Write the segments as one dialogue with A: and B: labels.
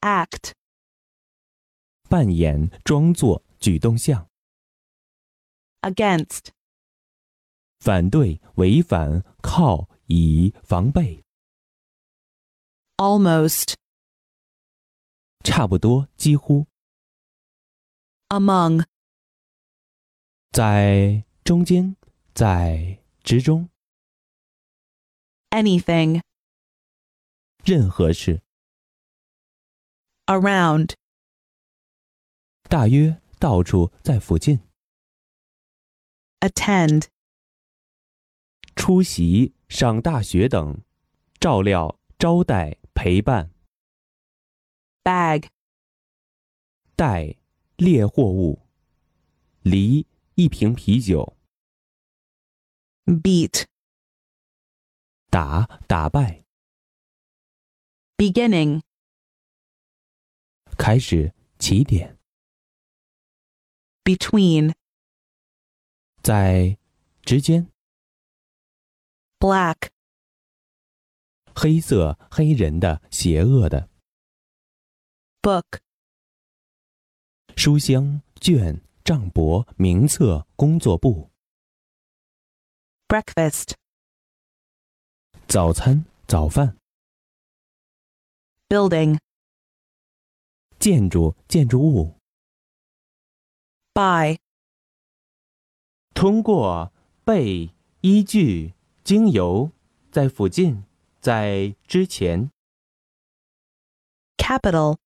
A: act,
B: 扮演、装作、举动像、
A: against,
B: 反对、违反、靠、以、防备、
A: almost,
B: 差不多、几乎、
A: among,
B: 在中间、在之中、
A: anything,
B: 任何事、
A: around,
B: 大约、到处、在附近、
A: attend,
B: 出席、上大学等、照料、招待、陪伴、
A: bag,
B: 带列货物、梨一瓶啤酒、
A: beat,
B: 打打败、
A: beginning,
B: 开始、起点。
A: between,
B: 在之间，
A: black,
B: 黑色、黑人的、邪恶的
A: book,
B: 书香、卷、账簿、名册、工作簿、
A: breakfast,
B: 早餐、早饭、
A: building,
B: 建筑、建筑物。
A: by,
B: 通过被依据经由在附近在之前
A: capital,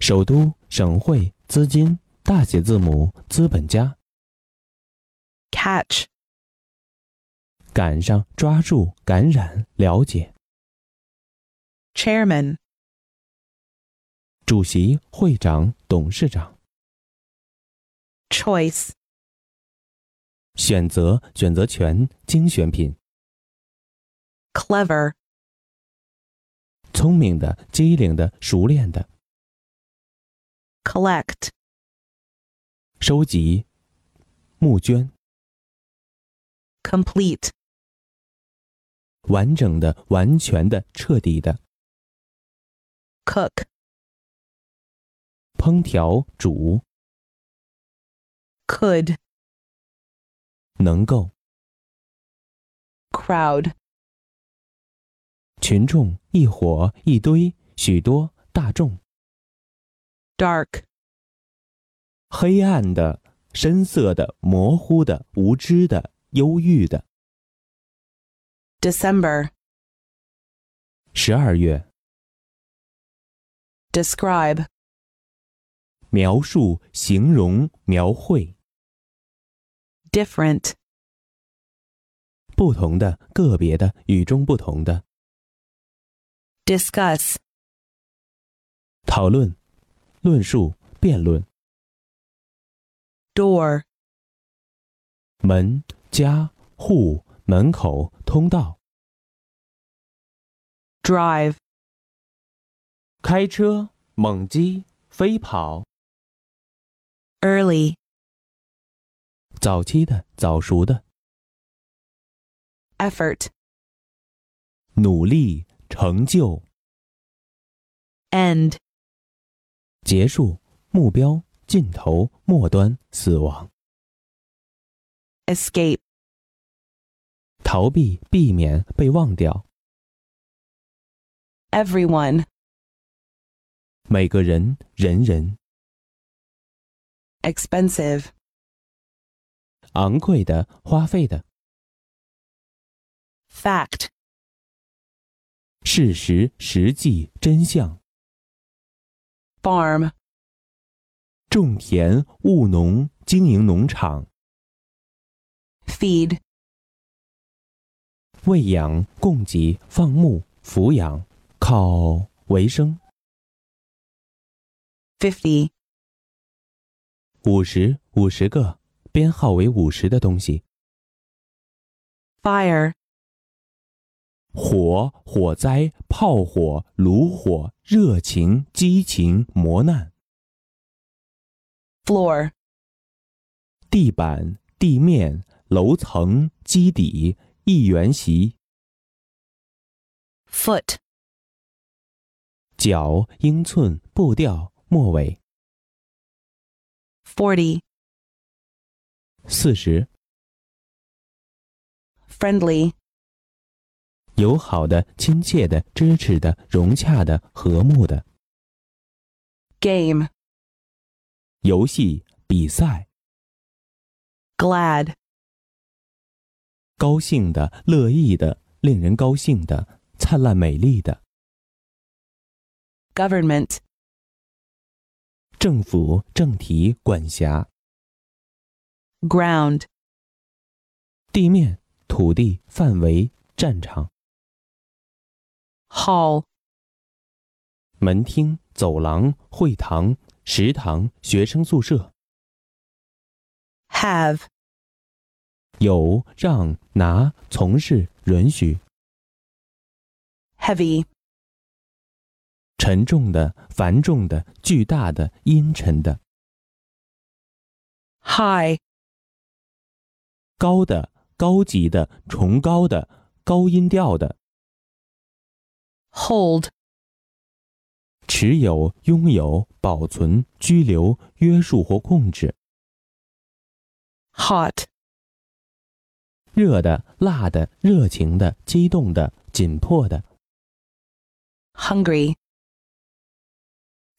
B: 首都省会资金大写字母资本家
A: catch,
B: 赶上抓住感染了解
A: chairman,
B: 主席会长董事长
A: choice,
B: 选择选择权精选品
A: clever,
B: 聪明的、机灵的、熟练的，
A: collect,
B: 收集、募捐、
A: complete,
B: 完整的、完全的、彻底的，
A: cook,
B: 烹调、煮，
A: could,
B: 能够，
A: crowd,
B: 群众、一伙、一堆、许多、大众，
A: dark,
B: 黑暗的、深色的、模糊的、无知的、忧郁的，
A: December,
B: 十二月，
A: describe,
B: 描述、形容、描绘，
A: different,
B: 不同的、个别的、与众不同的，
A: discuss,
B: 讨论、论述、辩论。
A: door,
B: 门、家、户、门口、通道。
A: drive,
B: 开车、猛击、飞跑。
A: early,
B: 早期的、早熟的，
A: effort,
B: 努力、成就、
A: end,
B: 结束、目标、尽头、末端、死亡、
A: escape,
B: 逃避、避免被忘掉。
A: everyone,
B: 每个人、人人，
A: expensive,
B: 昂贵的、花费的，
A: fact,
B: 事实、实际、真相，
A: farm,
B: 种田、务农、经营农场、
A: feed,
B: 喂养、供给、放牧、抚养，靠为生。
A: 50,
B: 五十五十个，编号为五十的东西，
A: fire,
B: 火、火灾、炮火、炉火、热情、激情、磨难、
A: floor,
B: 地板、地面、楼层、基底、一元席、
A: foot,
B: 角、英寸、步调、末尾。
A: 40.
B: 四十，
A: Friendly.
B: 友好的、亲切的、支持的、融洽的、和睦的。
A: Game.
B: 游戏、比赛，
A: Glad.
B: 高兴的、乐意的、令人高兴的、灿烂美丽的。
A: Government.
B: 政府、政体、管辖。
A: Ground.
B: 地面、土地、范围、战场、
A: Hall.
B: 门厅、走廊、会堂、食堂、学生宿舍，
A: Have.
B: 有、让、拿、从事、允许，
A: Heavy.
B: 沉重的、繁重的、巨大的、阴沉的、
A: High.
B: 高的、高级的、崇高的、高音调的、
A: Hold.
B: 持有、拥有、保存、拘留、约束或控制，
A: Hot.
B: 热的、辣的、热情的、激动的、紧迫的。
A: Hungry.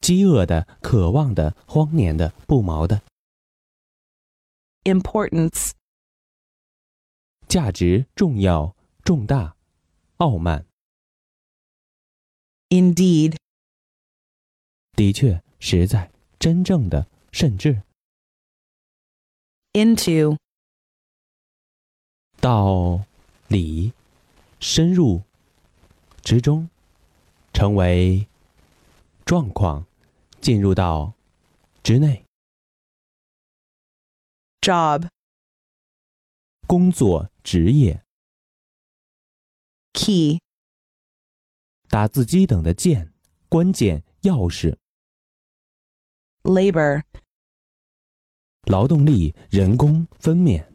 B: 饥饿的、渴望的、荒年的、不毛的，
A: Importance.
B: 价值重要、重大、傲慢。
A: Indeed.
B: 的确，实在，真正的，甚至
A: Into.
B: 到里，深入之中，成为状况，进入到之内，
A: Job.
B: 工作、职业、
A: Key.
B: 打字机等的键、关键、钥匙、
A: Labor.
B: 劳动力、人工、分娩。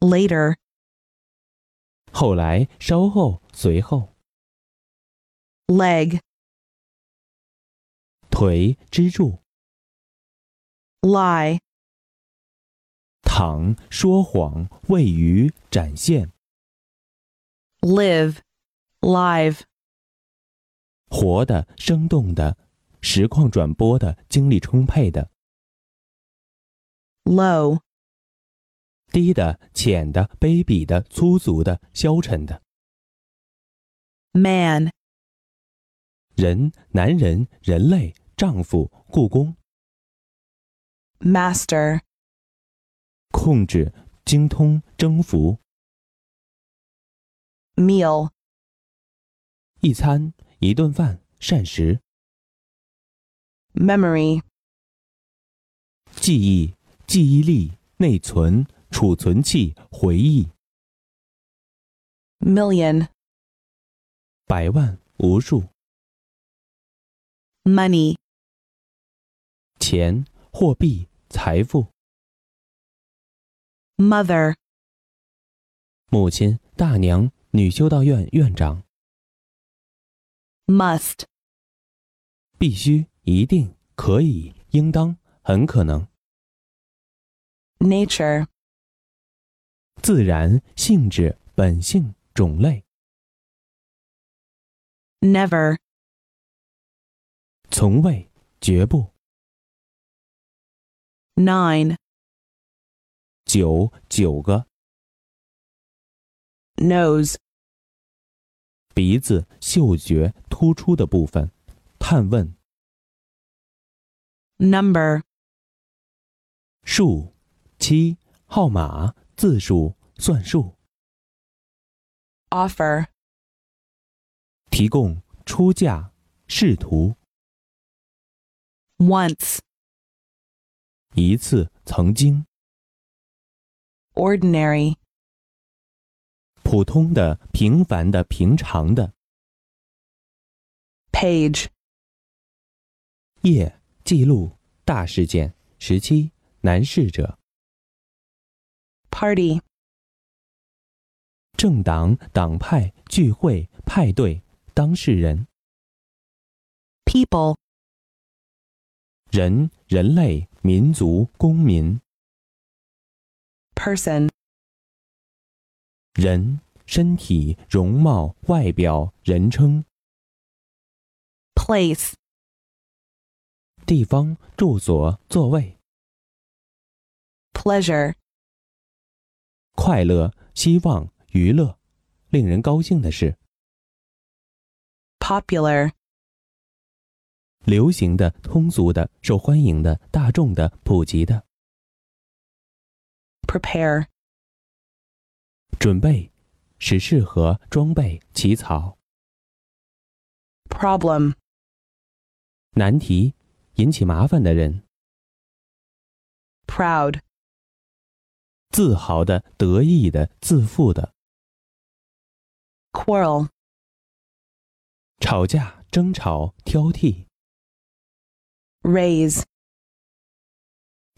A: Later.
B: 后来、稍后、随后。
A: Leg.
B: 腿、支柱、
A: Lie.
B: 躺、说谎、位于、展现、
A: Live. Live.
B: 活的、生动的、实况转播的、精力充沛的、
A: Low.
B: 低的、浅的、卑鄙的、粗俗的、消沉的。
A: Man.
B: 人、男人、人类、丈夫、故宫、
A: Master.
B: 控制、精通、征服、
A: Meal.
B: 一餐、一顿饭、膳食、
A: Memory.
B: 记忆、记忆力、内存、储存器、回忆、
A: Million.
B: 百万、无数。
A: Money.
B: 钱、货币、财富、
A: Mother.
B: 母亲、大娘、女修道院院长，
A: Must.
B: 必须、一定、可以、应当、很可能、
A: Nature.
B: 自然、性质、本性、种类、
A: Never.
B: 从未、绝不、
A: Nine.
B: 九、九个、
A: Nose.
B: 鼻子、嗅觉突出的部分，探问、
A: Number.
B: 数、七、号码、字数、算术、
A: Offer.
B: 提供、出价、试图、
A: Once.
B: 一次、曾经。
A: Ordinary.
B: 普通的、平凡的、平常的。
A: Page.
B: 夜记录大事件。十七，男侍者，
A: Party.
B: 政党、党派、聚会、派对，当事人，
A: people,
B: 人、人类、民族、公民。
A: person,
B: 人、身体、容貌、外表、人称、
A: place,
B: 地方、住所、座位、
A: pleasure,
B: 快乐、希望、娱乐。令人高兴的是，
A: popular,
B: 流行的、通俗的、受欢迎的、大众的、普及的。
A: prepare,
B: 准备，使适合装备起草。
A: problem,
B: 难题，引起麻烦的人，
A: proud,
B: 自豪的、得意的、自负的。
A: quarrel,
B: 吵架、争吵、挑剔、
A: raise,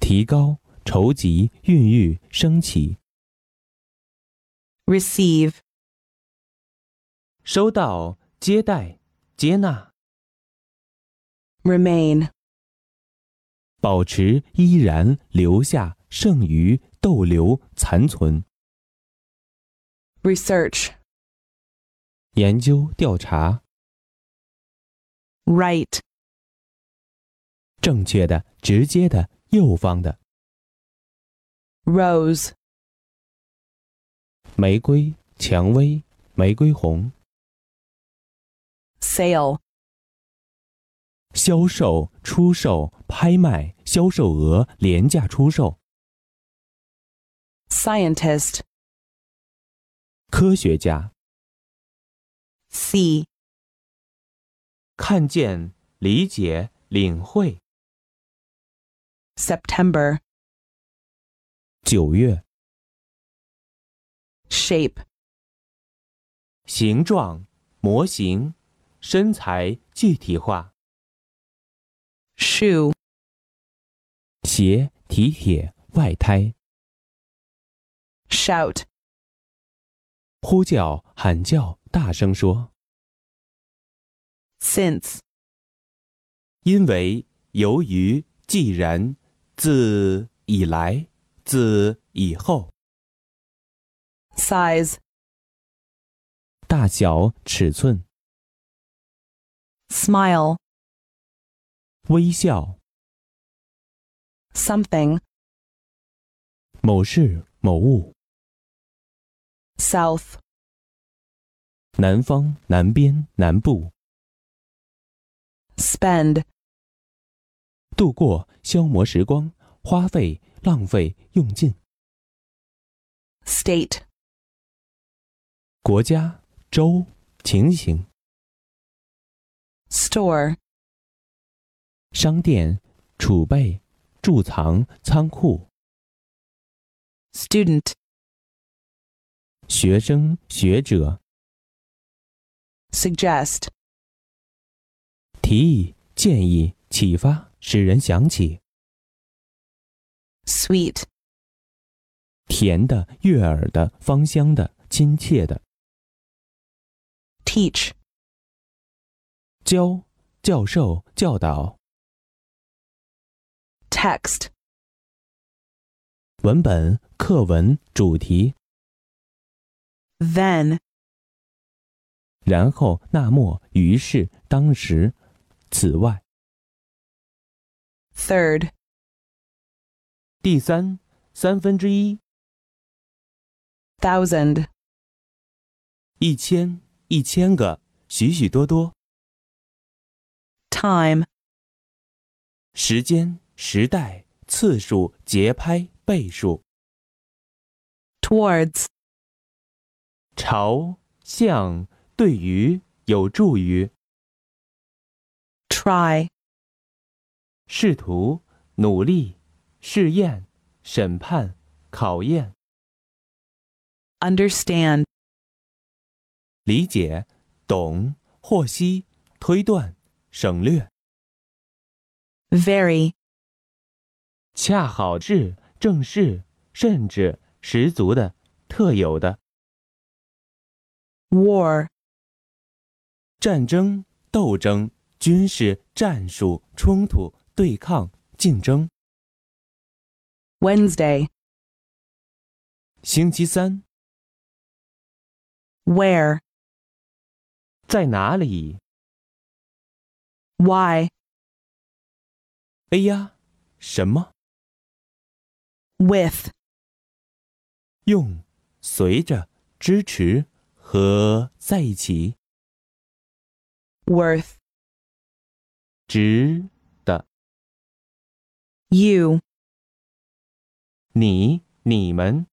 B: 提高、筹集、孕育、升起。
A: receive,
B: 收到、接待、接纳、
A: remain,
B: 保持、依然、留下、剩余、逗留、残存。
A: research,
B: 研究、调查，
A: right,
B: 正确的、直接的、右方的。
A: rose,
B: 玫瑰、蔷薇、玫瑰红。
A: sale,
B: 销售、出售、拍卖、销售额、廉价出售。
A: scientist,
B: 科学家
A: see,
B: 看见、理解、领会。
A: September,
B: 九月，
A: shape,
B: 形状、模型、身材具体化。
A: shoe,
B: 鞋、体铁、外胎。
A: shout,
B: 呼叫、喊叫，大声说。
A: since,
B: 因为、由于、既然、自以来、自以后。
A: size,
B: 大小、尺寸、
A: smile,
B: 微笑、
A: something,
B: 某事、某物。
A: south,
B: 南方、南边、南部，
A: spend,
B: 度过、消磨时光、花费、浪费、用尽。
A: state,
B: 国家、州、情形、
A: store,
B: 商店、储备、贮藏、仓库、
A: student,
B: 学生、学者、
A: suggest,
B: 提议、建议、启发，使人想起
A: sweet,
B: 甜的、悦耳的、芳香的、亲切的。
A: teach,
B: 教、教授、教导。
A: text,
B: 文本、课文、主题，
A: then,
B: 然后、那么、于是、当时。此外，
A: third,
B: 第三三分之一、
A: thousand,
B: 一千、一千个、许许多多、
A: time,
B: 时间、时代、次数、节拍、倍数、
A: towards,
B: 朝向、对于、有助于、
A: try,
B: 试图、努力、试验、审判、考验、
A: understand,
B: 理解、懂、获悉、推断、省略、
A: very,
B: 恰好是、正是、甚至、十足的、特有的。
A: war,
B: 战争、斗争、军事、战术、冲突、对抗、竞争。
A: Wednesday,
B: 星期三
A: where,
B: 在哪里？
A: why,
B: 哎呀，什么？
A: with,
B: 用随着、支持和在一起，
A: worth,
B: 值的。
A: you,
B: 你、你们、